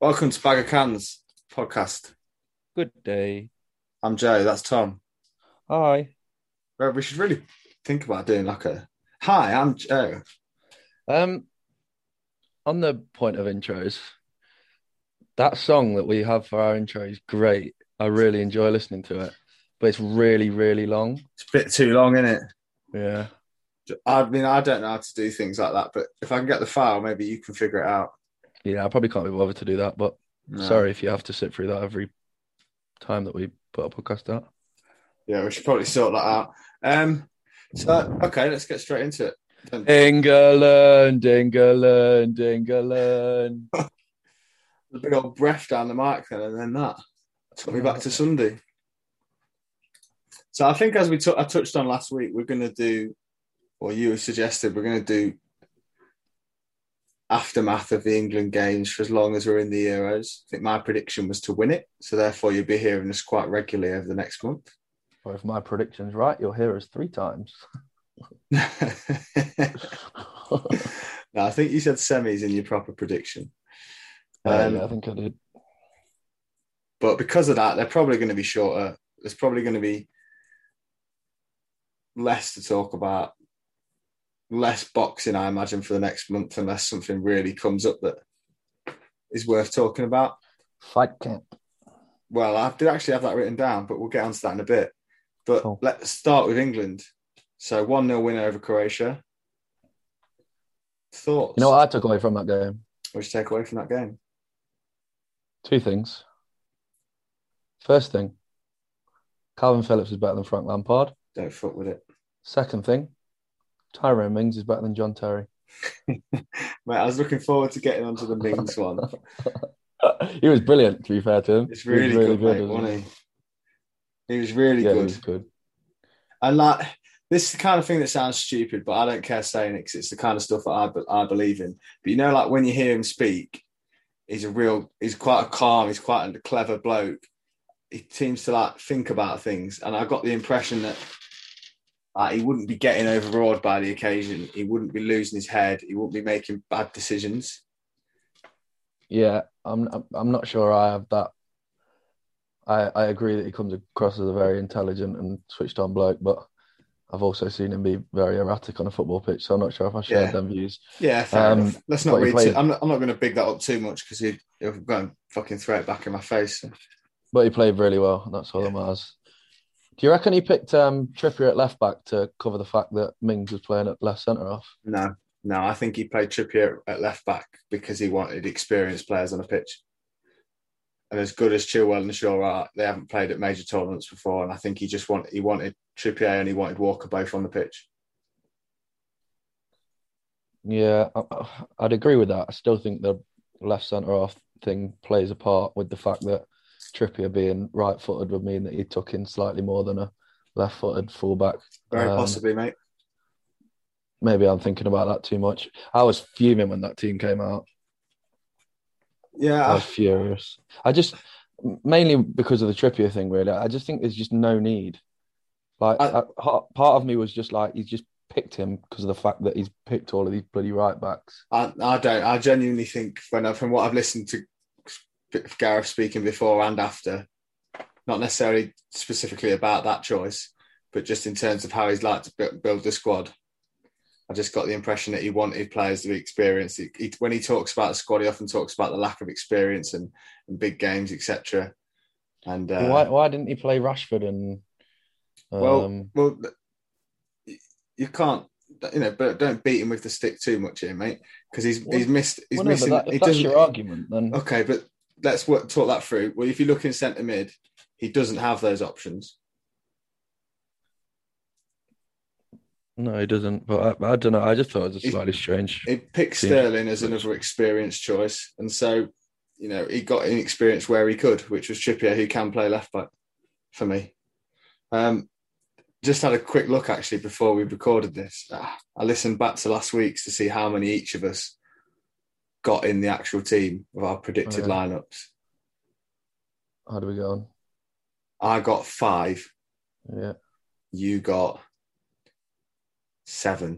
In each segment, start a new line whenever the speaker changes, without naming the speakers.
Welcome to Bag of Cans podcast.
Good day.
I'm Joe. That's Tom.
Hi.
Well, We should really think about doing like a hi. I'm Joe.
Um, on the point of intros, that song that we have for our intro is great. I really enjoy listening to it, but it's really, really long.
It's a bit too long, isn't it?
Yeah.
I mean, I don't know how to do things like that, but if I can get the file, maybe you can figure it out.
Yeah, I probably can't be bothered to do that, but
No.
sorry if you have to sit through that every time that we put a podcast out.
Yeah, we should probably sort that out. Um. So okay, let's get straight into it. Then.
England, England, England.
The big old breath down the mic then, and then that took me back to Sunday. So I think as we tou- I touched on last week, we're going to do, or you suggested, we're going to do aftermath of the England games for as long as we're in the Euros. I think my prediction was to win it, so therefore you'll be hearing us quite regularly over the next month.
Or if my prediction's right, you'll hear us three times.
no, I think you said semis in your proper prediction.
Uh,
Um,
yeah, I think I did.
but because of that, they're probably going to be shorter. There's probably going to be less to talk about, less boxing, I imagine, for the next month, unless something really comes up that is worth talking about.
Fight camp.
Well, I did actually have that written down, but we'll get onto that in a bit. But
Cool.
let's start with England. So 1 0 win over Croatia. Thoughts?
You know what I took away from that game?
What you take away from that game?
Two things. First thing, Calvin Phillips is better than Frank Lampard.
Don't fuck with it.
Second thing, Tyrone Mings is better than John Terry.
Mate, I was looking forward to getting onto the Mings one.
he was brilliant, to be fair to him.
It's
He was
really, good, mate,
wasn't he?
wasn't he? He was really
yeah, he
good.
was good.
And like, this is the kind of thing that sounds stupid, but I don't care saying it 'cause it's the kind of stuff that I, be- I believe in. But you know, like when you hear him speak, he's a real, he's quite a calm, he's quite a clever bloke. He seems to like think about things. And I got the impression that like, he wouldn't be getting overawed by the occasion. He wouldn't be losing his head. He wouldn't be making bad decisions.
Yeah, I'm. I'm not sure I have that. I I agree that he comes across as a very intelligent and switched on bloke, but I've also seen him be very erratic on a football pitch. So I'm not sure if I share
Yeah.
them views.
Yeah, fair
Um,
enough. Let's not
but he
read.
played-
Too, I'm not. I'm not going to big that up too much because he, he'll go and fucking throw it back in my face.
But he played really well, and that's all that matters. Do you reckon he picked um, Trippier at left back to cover the fact that Mings was playing at left centre off?
No, no. I think he played Trippier at left back because he wanted experienced players on a pitch. And as good as Chilwell and Shaw are, they haven't played at major tournaments before. And I think he just wanted he wanted Trippier and he wanted Walker both on the pitch.
Yeah, I, I'd agree with that. I still think the left centre off thing plays a part with the fact that Trippier being right footed would mean that he took in slightly more than a left footed fullback.
Very
Um,
possibly, mate.
Maybe I'm thinking about that too much. I was fuming when that team came out.
Yeah,
I was furious. I just mainly because of the Trippier thing, really. I just think there's just no need. Like
I-
I, part part of me was just like he's just picked him because of the fact that he's picked all of these bloody right backs.
I, I don't. I genuinely think when I, from what I've listened to Gareth speaking before and after, not necessarily specifically about that choice, but just in terms of how he's like to bu- build the squad. I just got the impression that he wanted players to be experienced. He, he- when he talks about the squad, he often talks about the lack of experience and, and big games, etc. And uh,
why why didn't he play Rashford and um,
Well, well, th- you can't, you know, but don't beat him with the stick too much here, mate, because he's
Well,
he's missed. He's
well, no, but
missing.
that-
he
if that's
doesn't.
your argument, then
Okay, but let's work, talk that through. Well, if you look in centre mid, he doesn't have those options.
no, he doesn't. But I, I don't know. I just thought it was
He-
a slightly strange.
He picked
Seems-
Sterling as another experienced choice, and so you know he got inexperience where he could, which was Trippier, who can play left back for me. Um, just had a quick look actually before we recorded this. Ah, I listened back to last week's to see how many each of us got in the actual team of our predicted
Okay.
lineups.
How do we go on?
I got five.
Yeah,
You got seven.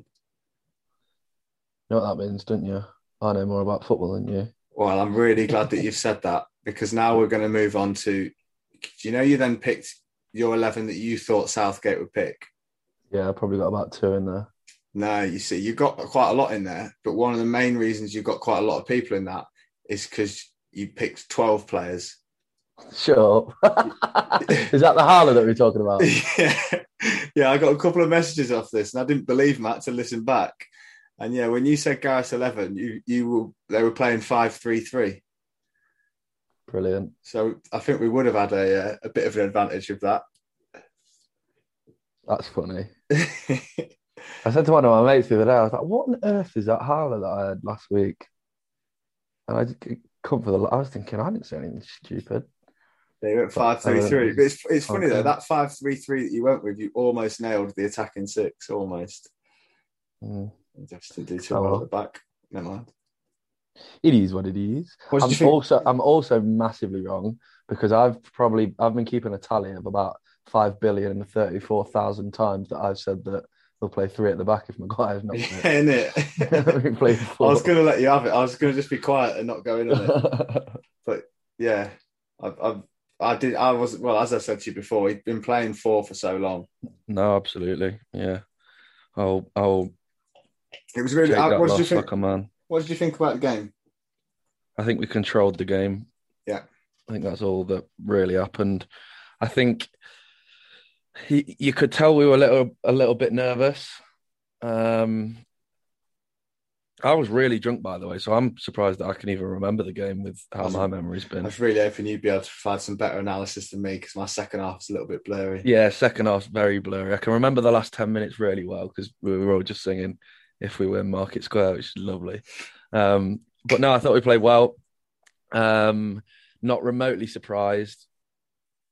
you know what that means, don't you? I know more about football than you.
Well, I'm really glad that you've said that because now we're going to move on to. Do you know you then picked your 11 that you thought Southgate would pick?
Yeah, I probably got about two in there.
No, you see, you got quite a lot in there, but one of the main reasons you got quite a lot of people in that is because you picked 12 players.
Sure. Is that the Harlow that we're talking about?
yeah. yeah, I got a couple of messages off this and I didn't believe Matt to listen back. And yeah, when you said Gareth 11, you, you were, they were playing 5 3 3.
Brilliant.
So I think we would have had a, uh, a bit of an advantage of that.
That's funny. I said to one of my mates the other day, I was like, what on earth is that Harlow that I had last week? And I just come for the. I was thinking, I didn't say anything stupid.
They went five three three. But it's, it's funny though that five three three that you went with, you almost nailed the attacking six, almost.
Mm.
Just to do two oh, well. at the back. Never mind.
It is what it is.
What did
I'm
you think?
also I'm also massively wrong because I've probably I've been keeping a tally of about five billion and thirty four thousand times that I've said that they'll play three at the back if Maguire's not
Yeah,
fit.
innit?
We play
I
four.
was going to let you have it. I was going to just be quiet and not go in on it. yeah, I've, I've, I did. I was well, as I said to you before, he'd been playing four for so long.
no, absolutely. Yeah. I'll I'll
It was
take
really.
that
uh, what, did you
loss
think,
like a man.
what did you think about the game?
I think we controlled the game.
Yeah.
I think that's all that really happened. I think he, you could tell we were a little a little bit nervous. Um I was really drunk by the way, so I'm surprised that I can even remember the game with how my memory's
I
been.
was really hoping you'd be able to provide some better analysis than me because my second half is a little bit blurry.
Yeah, second half's very blurry. I can remember the last 10 minutes really well because we were all just singing If We Win Market Square, which is lovely. Um, but no, I thought we played well. Um, not remotely surprised,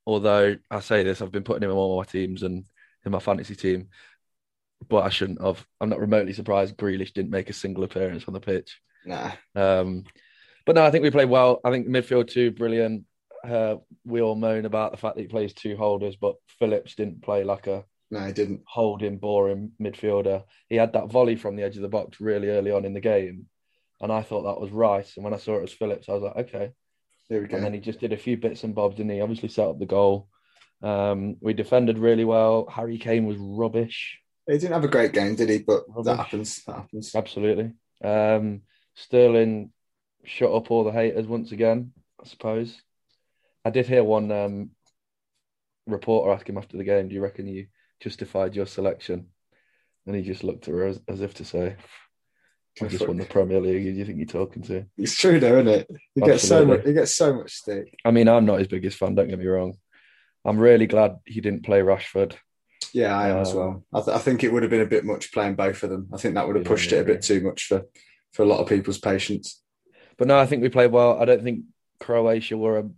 although I say this, I've been putting him in all my teams and in my fantasy team, but I shouldn't have. I'm not remotely surprised Grealish didn't make a single appearance on the pitch.
Nah,
Um, but no, I think we played well. I think midfield too brilliant. Uh, we all moan about the fact that he plays two holders, but Phillips didn't play like a
no, I didn't.
holding, boring midfielder. He had that volley from the edge of the box really early on in the game, and I thought that was Rice. And when I saw it was Phillips, I was like, okay.
Here we go.
And then he just did a few bits and bobs, and he obviously set up the goal. Um, we defended really well. Harry Kane was rubbish.
He didn't have a great game, did he? But that
Rubbish.
happens. That happens.
Absolutely. Um, Sterling shut up all the haters once again, I suppose. I did hear one um, reporter ask him after the game, Do you reckon you justified your selection? And he just looked at her as, as if to say, I just won the Premier League. Who do you think you're talking to?
It's true though, isn't it? He gets so
Absolutely.
much. He gets so much stick.
I mean, I'm not his biggest fan, don't get me wrong. I'm really glad he didn't play Rashford.
Yeah, I am as
Um,
well. I, th- I think it would have been a bit much playing both of them. I think that would have
Yeah,
pushed it a
yeah.
bit too much for for a lot of people's patience.
But no, I think we played well. I don't think Croatia were a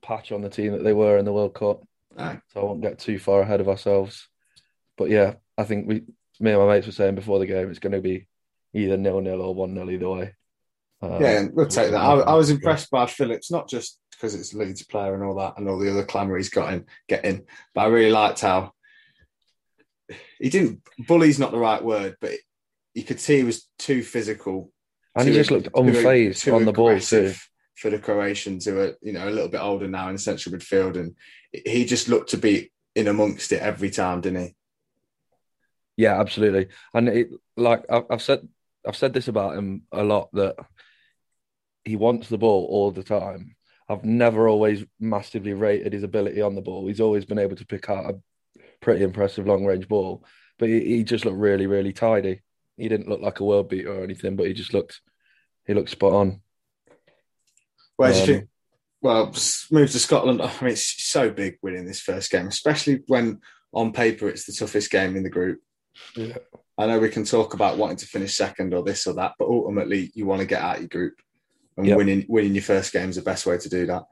patch on the team that they were in the World Cup.
No.
so I won't get too far ahead of ourselves. But yeah, I think we, me and my mates were saying before the game, it's going to be either nil nil or one nil either way. Um,
yeah, and we'll take that. I, I was impressed by Phillips, not just because it's Leeds player and all that, and all the other clamour he's got in getting, but I really liked how he didn't. Bully's not the right word, but you could see he was too physical
and he
too-
just looked
who are-
unfazed
who
on
are
the ball too.
aggressive For the Croatians, who are you know a little bit older now in central midfield, and he just looked to be in amongst it every time, didn't he?
Yeah, absolutely. And it, like I've, I've said, I've said this about him a lot that he wants the ball all the time. I've never always massively rated his ability on the ball. He's always been able to pick out a pretty impressive long range ball, but he, he just looked really, really tidy. He didn't look like a world beater or anything, but he just looked, he looked spot on.
Where do you
Um,
think? Well, s- move to Scotland. Oh, I mean, it's so big winning this first game, especially when on paper it's the toughest game in the group.
Yeah.
I know we can talk about wanting to finish second or this or that, but ultimately you want to get out of your group, and
Yeah.
winning winning your first game is the best way to do that.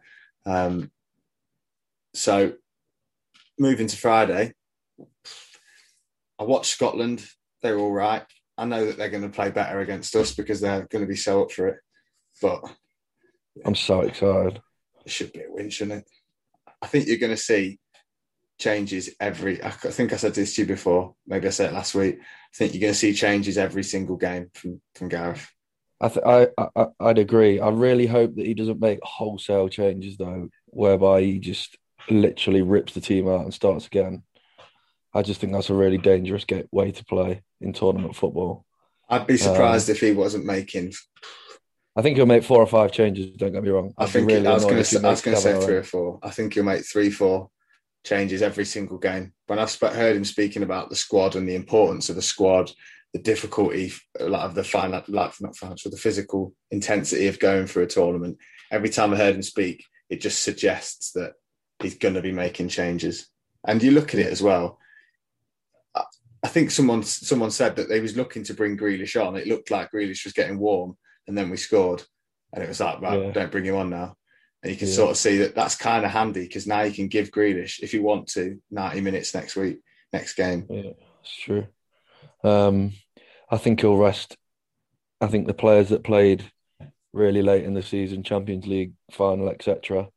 Um, so, moving to Friday, I watched Scotland. They're all right. I know that they're going to play better against us because they're going to be so up for it, but
I'm so excited.
it should be a win, shouldn't it? I think you're going to see changes every. I c- I think I said this to you before. Maybe I said it last week. I think you're going to see changes every single game from from Gareth.
I, th- I, I I'd agree. I really hope that he doesn't make wholesale changes though, whereby he just literally rips the team out and starts again. I just think that's a really dangerous ga- way to play in tournament football.
I'd be surprised if he wasn't making.
I think he'll make four or five changes. Don't get me wrong.
I
I'd be
think
really
I was
annoyed
going to
if he
say, I was
makes
going to say
seven
three
or
or four. I think he'll make three, four changes every single game. When I've sp- heard him speaking about the squad and the importance of the squad, the difficulty uh, like, of the final, like not financial, the physical intensity of going through a tournament. Every time I heard him speak, it just suggests that he's going to be making changes. And you look at it as well. I- I think someone someone said that they was looking to bring Grealish on. It looked like Grealish was getting warm, and then we scored, and it was like, right,
Yeah.
don't bring him on now. And you can
Yeah.
sort of see that that's kind of handy because now you can give Grealish, if you want to, ninety minutes next week, next game.
Yeah, that's true. Um, I think he'll rest. I think the players that played really late in the season, Champions League final, etc.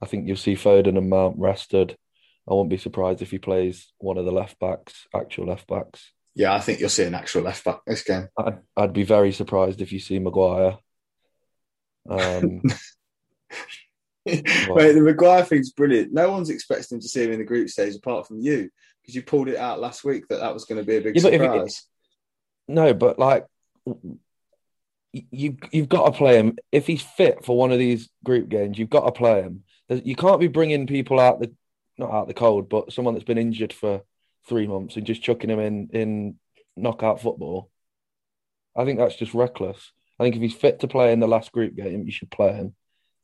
I think you'll see Foden and Mount rested. I won't be surprised if he plays one of the left backs, actual left backs.
Yeah, I think you'll see an actual left back this game.
I'd, I'd be very surprised if you see Maguire. Um,
Mate, the Maguire thing's brilliant. No one's expecting to see him in the group stage apart from you because you pulled it out last week that that was going to be a big
Yeah, but if it-
surprise.
No, but like y- you you've got to play him if he's fit for one of these group games. You've got to play him. There's- You can't be bringing people out the not out the cold, but someone that's been injured for three months and just chucking him in in knockout football. I think that's just reckless. I think if he's fit to play in the last group game, you should play him.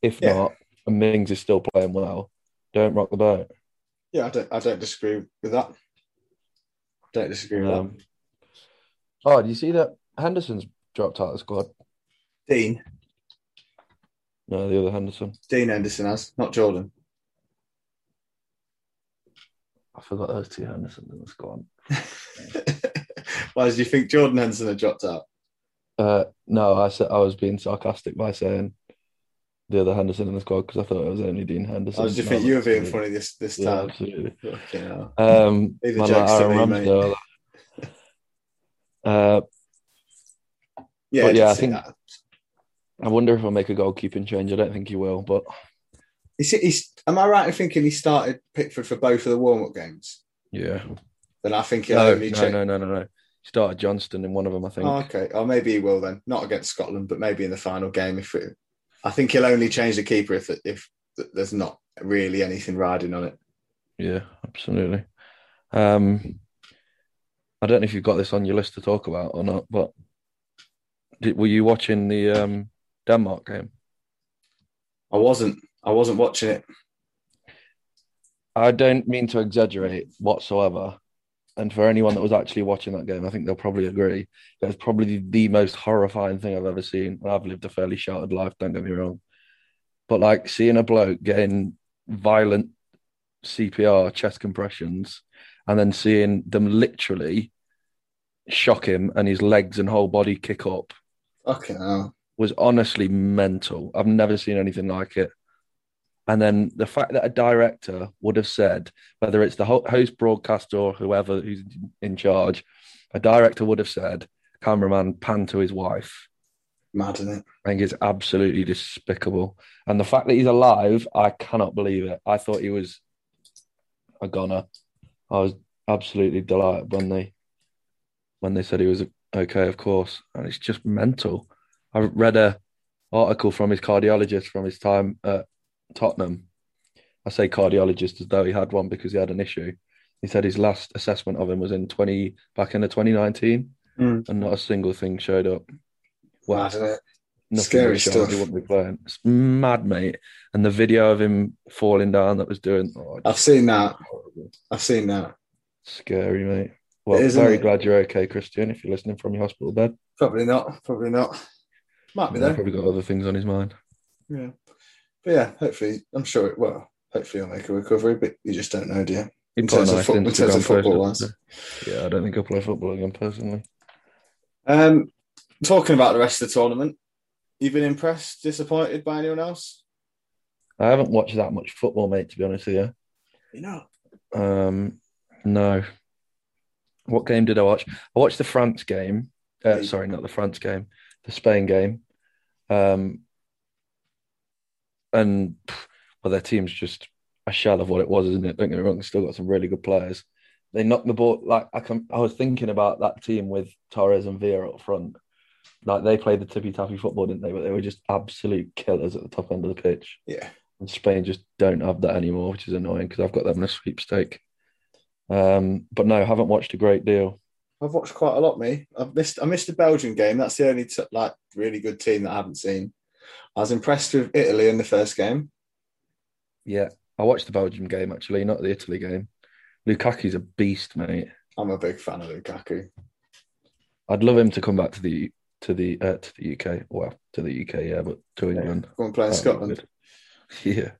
If
Yeah.
not, and Mings is still playing well, don't rock the boat.
Yeah, I don't, I don't disagree with that. Don't disagree with
Um, oh, do you see that Henderson's dropped out of the squad?
that. Dean,
No, the other Henderson.
Dean Henderson has, not Jordan.
I forgot those two Hendersons in the squad.
Why did you think Jordan Henderson had dropped out?
Uh, no, I said I was being sarcastic by saying the other Henderson in the squad because I thought it was only Dean Henderson.
I just
No,
think you were being
absolutely.
funny this this
Yeah,
time.
absolutely.
Fucking hell.
Um,
Leave the
man,
jokes
like
to
Aaron
me, mate.
Ramsdale, uh,
Yeah, uh,
But
I did
yeah, I
see
think-
that.
I wonder if I'll make a goalkeeping change. I don't think he will, but
Is it, he's, am I right in thinking he started Pickford for both of the warm up games?
yeah.
Then I think he'll
No,
only
no,
change-
no, no, no, no. He started Johnston in one of them, I think.
Oh, okay. Or maybe he will then. Not against Scotland, but maybe in the final game. If it, I think he'll only change the keeper if if there's not really anything riding on it.
Yeah, absolutely. Um, I don't know if you've got this on your list to talk about or not, but did, were you watching the um, Denmark game?
I wasn't. I wasn't watching it.
I don't mean to exaggerate whatsoever. And for anyone that was actually watching that game, I think they'll probably agree. It was probably the most horrifying thing I've ever seen. And I've lived a fairly sheltered life, don't get me wrong. But like seeing a bloke getting violent CPR, chest compressions, and then seeing them literally shock him and his legs and whole body kick up
Fucking hell.
was honestly mental. I've never seen anything like it. And then the fact that a director would have said, whether it's the ho- host broadcaster or whoever who's in charge, a director would have said, cameraman, pan to his wife.
Mad, isn't it?
I think it's absolutely despicable. And the fact that he's alive, I cannot believe it. I thought he was a goner. I was absolutely delighted when they when they said he was okay, of course. And it's just mental. I read a article from his cardiologist from his time at Tottenham. I say cardiologist as though he had one because he had an issue. He said his last assessment of him was in twenty back in the twenty nineteen,
Mm.
and not a single thing showed up. Wow
Mad, isn't it?
nothing
Scary
Scary
stuff.
He wouldn't be playing. It's mad, mate. And the video of him falling down that was doing. Oh,
I've
just
seen that.
horrible.
I've seen that.
Scary, mate. Well,
is, isn't
very
it?
glad you're okay, Christian. If you're listening from your hospital bed,
Probably not. Probably not. Might be
He's
there.
probably got other things on his mind.
Yeah. But yeah, hopefully, I'm sure it will. Hopefully, he'll make a recovery, but you just don't know, do you?
He
In
put a
terms of
nice
foot- in terms of
Instagram post
football
up
ones.
today. Yeah, I don't think I'll play football again personally.
Um, talking about the rest of the tournament, you've been impressed, disappointed by anyone else?
I haven't watched that much football, mate. To be honest with you.
You know,
Um, no. What game did I watch? I watched the France game. Uh,
Yeah.
sorry, not the France game, the Spain game. Um, and pff, well, their team's just a shell of what it was, isn't it? Don't get me wrong, still got some really good players. They knocked the ball like I can. I was thinking about that team with Torres and Vieira up front. Like they played the tippy tappy football, didn't they? But they were just absolute killers at the top end of the pitch.
Yeah.
And Spain just don't have that anymore, which is annoying because I've got them in a sweepstake. Um, but no, haven't watched a great deal.
I've watched quite a lot, me. I've missed I missed the Belgian game. That's the only t- like really good team that I haven't seen. I was impressed with Italy in the first game.
Yeah, I watched the Belgium game actually, not the Italy game. Lukaku's a beast, mate.
I'm a big fan of Lukaku.
I'd love him to come back to the to the uh, to the UK. Well, to the UK, yeah, but to England.
Go and play in
That'd be
Scotland.
good. Yeah.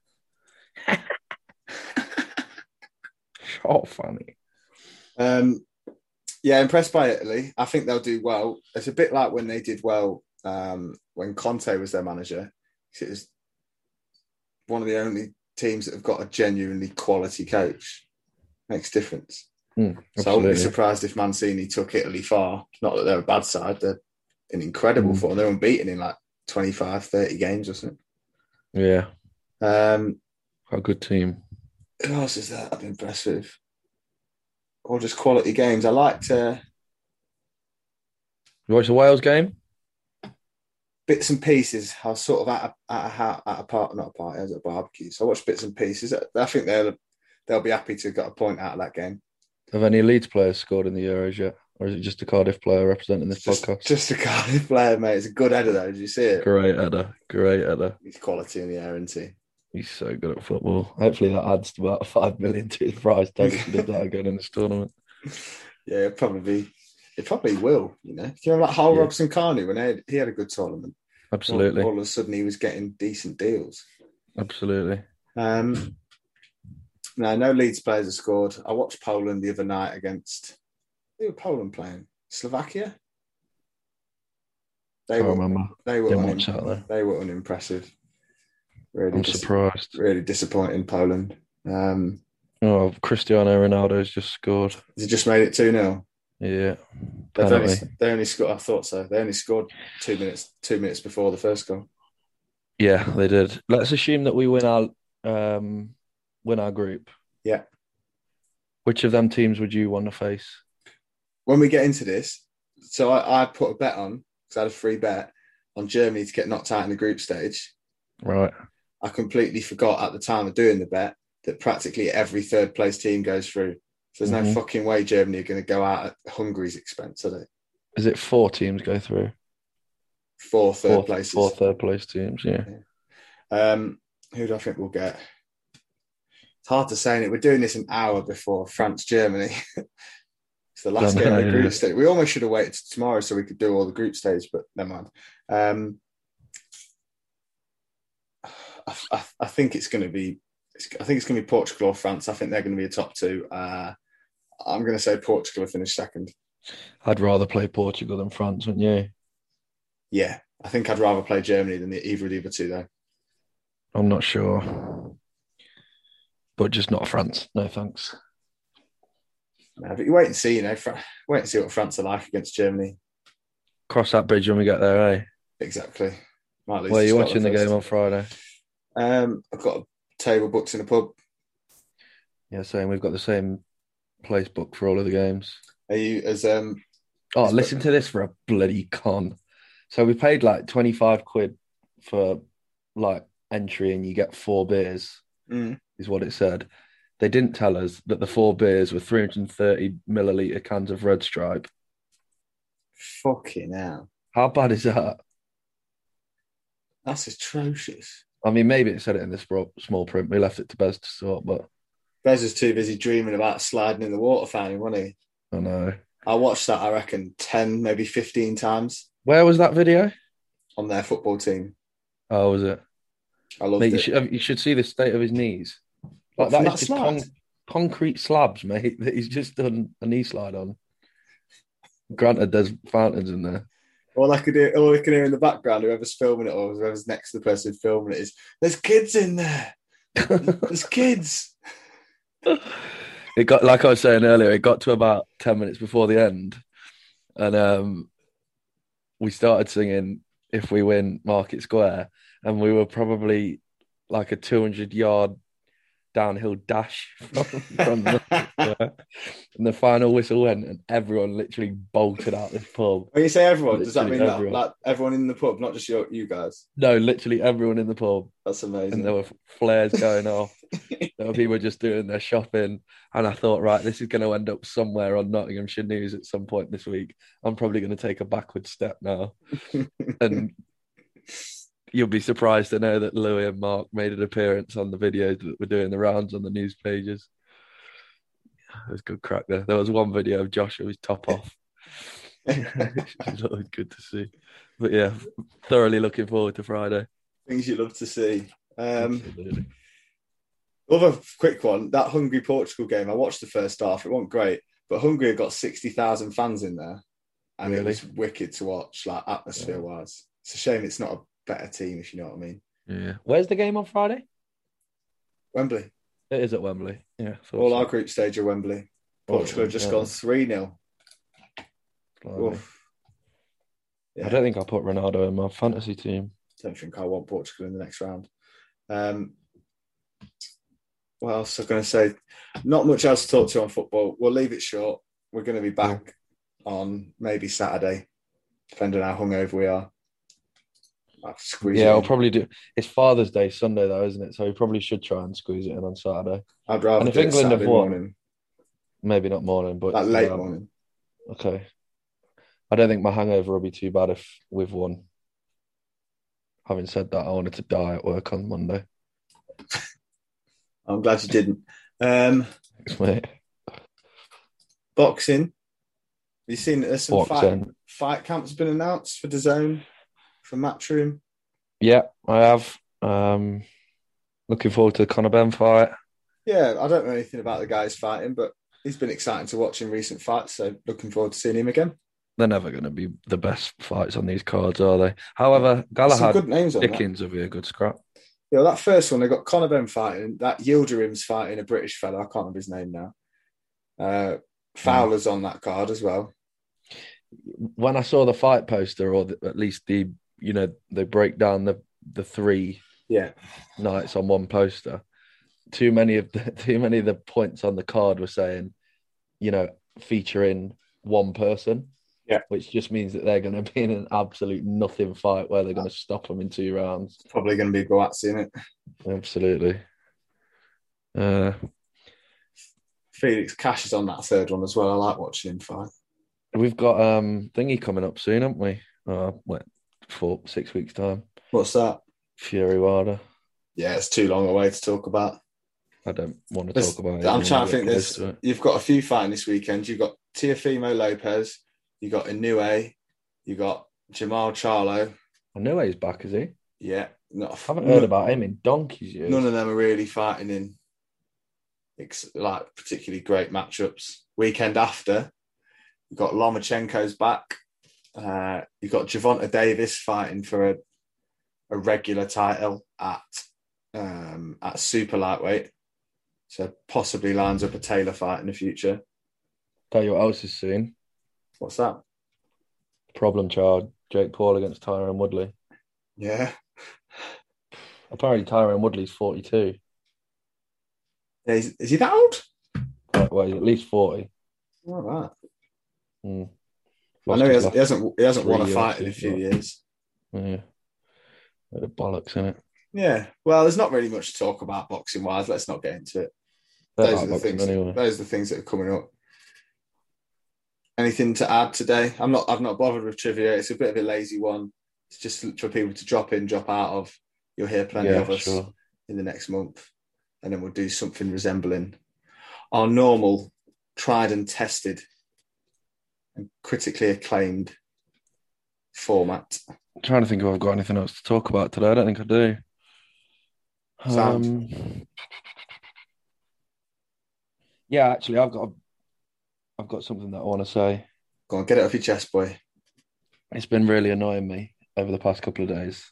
Shot funny.
Um, yeah, impressed by Italy. I think they'll do well. It's a bit like when they did well um, when Conte was their manager. 'cause It was one of the only teams that have got a genuinely quality coach. Makes difference. So I wouldn't be
Absolutely.
surprised if Mancini took Italy far. Not that they're a bad side, they're an incredible
Mm.
form. They're unbeaten in like 25, 30 games or something.
yeah,
Um,
quite a good team.
who else is that? I've been impressed with. All just quality games. I liked uh,
You watch the Wales game?
bits and pieces. I was sort of at a, at a, ha- at a part, not a party, I was at a barbecue. So I watched bits and pieces. I think they'll they'll be happy to get a point out of that game.
Have any Leeds players scored in the Euros yet? Or is it just a Cardiff player representing this
Just,
podcast?
just a Cardiff player, mate. It's a good header though. Did you see it?
Great header. Great header.
He's quality in the air, isn't he?
He's so good at football. Hopefully that adds to about five million to the prize tag if he did that again in this tournament.
Yeah, it'll probably be. It probably will, you know. Do you remember like Hal
Yeah.
Robson Carney when he had, he had a good tournament?
Absolutely.
All, all of a sudden he was getting decent deals.
Absolutely.
Um, no, no Leeds players have scored. I watched Poland the other night against who were Poland playing? Slovakia? They
I
were
remember.
they were
Didn't
unim-
watch that though.
they were unimpressive. Really
I'm
dis-
surprised.
really disappointing Poland. Um
Oh, Cristiano Ronaldo's just scored.
they just made it 2 0.
Yeah.
They only,
Penalty.
they only scored I thought so. They only scored two minutes two minutes before the first goal.
Yeah, they did. Let's assume that we win our um win our group.
Yeah.
Which of them teams would you want to face?
when we get into this, so I, I put a bet on because I had a free bet on Germany to get knocked out in the group stage.
Right.
I completely forgot at the time of doing the bet that practically every third place team goes through. So there's no
Mhm.
fucking way Germany are going to go out at Hungary's expense, are they?
Is it four teams go through?
Four third
Four,
places.
four third place teams, yeah.
Um, who do I think we'll get? It's hard to say. And we're doing this an hour before France Germany. it's the last
Don't
game of the
know,
group
yeah.
stage. We almost should have waited till tomorrow so we could do all the group stage, but never mind. Um, I, I, I think it's going to be. It's, I think it's going to be Portugal or France. I think they're going to be a top two. Uh, I'm going to say Portugal will finish second.
I'd rather play Portugal than France, wouldn't you?
Yeah, I think I'd rather play Germany than the, either of the other two, though.
I'm not sure. But just not France. No thanks.
No, Uh, but you wait and see. You know, Fra- wait and see what France are like against Germany.
Cross that bridge when we get there, eh?
Exactly. Might lose
Where are
to
you
Scotland
watching the
first.
game on Friday?
Um, I've got a table booked in a pub.
Yeah, same. We've got the same place book for all of the games.
Are you as um?
Oh,
It's
listen to this for a bloody con. So we paid like 25 quid for like entry and you get four beers,
mm,
is what it said. They didn't tell us that the four beers were 330 milliliter cans of Red Stripe.
fucking hell,
How bad is that?
that's atrocious.
I mean, maybe it said it in this small small print. We left it to Bez to sort, but
Bez was too busy dreaming about sliding in the water fountain, wasn't he?
I don't know.
I watched that. I reckon ten, maybe fifteen times
Where was that video?
on their football team.
Oh, was it?
I loved
Mate, you
it.
should, you should see the state of his knees.
What,
Like
from
that
that
is just
slide?
con- concrete slabs, mate, that he's just done a knee slide on. Granted, there's fountains in there.
All I could hear, all I can hear in the background, whoever's filming it or whoever's next to the person filming it is, "There's kids in there. There's kids."
it got like I was saying earlier, it got to about ten minutes before the end, and um, we started singing if we win Market Square, and we were probably like a 200 yard downhill dash from, from the, and the final whistle went, and everyone literally bolted out this pub.
When you say everyone, does that
Literally
mean that,
everyone.
like everyone in the pub, not just your, you guys?
No, literally everyone in the pub,
That's amazing.
and there were flares going off. there were people just doing their shopping, and I thought, right, this is going to end up somewhere on Nottinghamshire News at some point this week. I'm probably going to take a backward step now, and you'll be surprised to know that Louis and Mark made an appearance on the videos that were doing the rounds on the news pages. It was good crack there. There was one video of Joshua's top off. it's always good to see. But yeah, thoroughly looking forward to Friday.
Things you love to see. Um,
Absolutely.
Other quick one, that Hungary Portugal game. I watched the first half. It wasn't great, but Hungary have got sixty thousand fans in there, and it
Really?
was wicked to watch. Like atmosphere wise, it's a shame it's not a better team. If you know what I mean.
Yeah. Where's the game on Friday?
Wembley,
It is at Wembley. Yeah. so-
all our group stage are Wembley. Portugal have just
Yeah.
gone three 0
Blimey.
Yeah.
I don't think I put Ronaldo in my fantasy team.
don't think I want Portugal in the next round. Um, what else was I going to say? Not much else to talk to on football. We'll leave it short. We're going to be back on maybe Saturday, depending on how hungover we are. I'll squeeze
Yeah,
it
I'll
in.
probably do. It's Father's Day Sunday though, isn't it? So we probably should try and squeeze it in on Saturday.
I'd rather
and if
do it
England have
Saturday
won-
morning,
Maybe not morning, but um,
that late
yeah,
morning.
Okay. I don't think my hangover will be too bad if we've won. Having said that, I wanted to die at work on Monday.
I'm glad you didn't. Um,
Thanks, mate.
boxing. Have you seen there's some fight,
Boxing.
fight camp's been announced for the zone, for Matchroom.
Yeah, I have. Um, looking forward to the Conor Ben fight.
Yeah, I don't know anything about the guy he's fighting, but he's been exciting to watch in recent fights. So looking forward to seeing him again.
They're never going to be the best fights on these cards, are they? However,
Some
Galahad
good names on that.
Dickens will be a good scrap.
Yeah, that first one they got Conor Ben fighting, that Yildirim's fighting a British fellow. I can't remember his name now. Uh, Fowler's on that card as well.
When I saw the fight poster, or the, at least the you know they break down the the three
Yeah,
nights on one poster. Too many of the too many of the points on the card were saying, you know, featuring one person.
Yeah.
Which just means that they're going to be in an absolute nothing fight where they're going to stop them in two rounds.
probably going to be Boatsi in it.
Absolutely. Uh,
Felix Cash is on that third one as well. I like watching him fight.
we've got um thingy coming up soon, haven't we? Uh, what four six weeks time?
What's that?
Fury Wilder.
Yeah, it's too long away to talk about.
I don't want to
There's-
talk about it.
I'm
when
trying
we
to
get
think.
close
There's
to it.
you've got a few fighting this weekend. You've got Teofimo Lopez, you got Inoue, you got Jamal Charlo.
I know he's back, is he?
Yeah, not
Haven't heard about him in donkeys years.
None of them are really fighting in ex- like particularly great matchups. Weekend after, you've got Lomachenko's back. Uh, you've got Javonta Davis fighting for a, a regular title at um, at super lightweight. So possibly lines up a Taylor fight in the future.
Tell you what else is soon.
What's that?
Problem child. Jake Paul against Tyron Woodley.
Yeah.
Apparently Tyron Woodley's 42.
Yeah, Is, is he that old?
Well, he's at least 40.
All right.
Hmm.
I
Lost
know he
his
hasn't, he hasn't. He hasn't won a
three
fight in a
UFC
few
fight.
years.
last- Yeah. Bit of bollocks, in it?
Yeah. Well, there's not really much to talk about boxing wise. Let's not get into it. Those are the things. Those are the things that are coming up. Anything to add today? I'm not. I've not bothered with trivia. It's a bit of a lazy one. It's just for people to drop in, drop out of. You'll hear plenty
Yeah,
of us
sure.
in the next month, and then we'll do something resembling our normal, tried and tested, and critically acclaimed format.
I'm trying to think if I've got anything else to talk about today. I don't think I do.
Sound.
Um, yeah, actually, I've got I've got something that I want to say.
Go on, get it off your chest, boy.
It's been really annoying me over the past couple of days.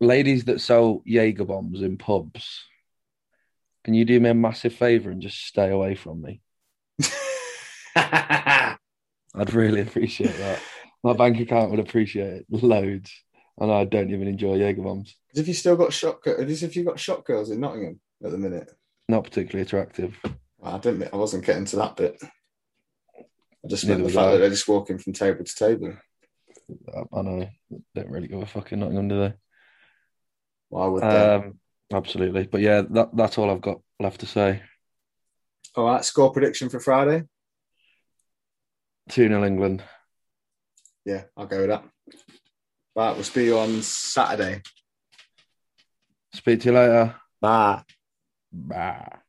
Ladies that sell Jaeger bombs in pubs, can you do me a massive favor and just stay away from me? I'd really appreciate that. My bank account would appreciate it loads, and I don't even enjoy Jaeger bombs.
As if you still got shot, gi- as if you got shot girls in Nottingham at the minute.
Not particularly attractive.
Well, I didn't. I wasn't getting to that bit. I just meant
Neither
the
was
fact
I.
that they're just walking from table to table.
I, I know. Don't really give a fuck in Nottingham, do they?
Why would they?
Um, absolutely. But yeah, that, that's all I've got left to say.
All right, score prediction for Friday.
2 0 England.
Yeah, I'll go with that. Right, we'll see you on Saturday.
Speak to you later.
Bye.
Bye.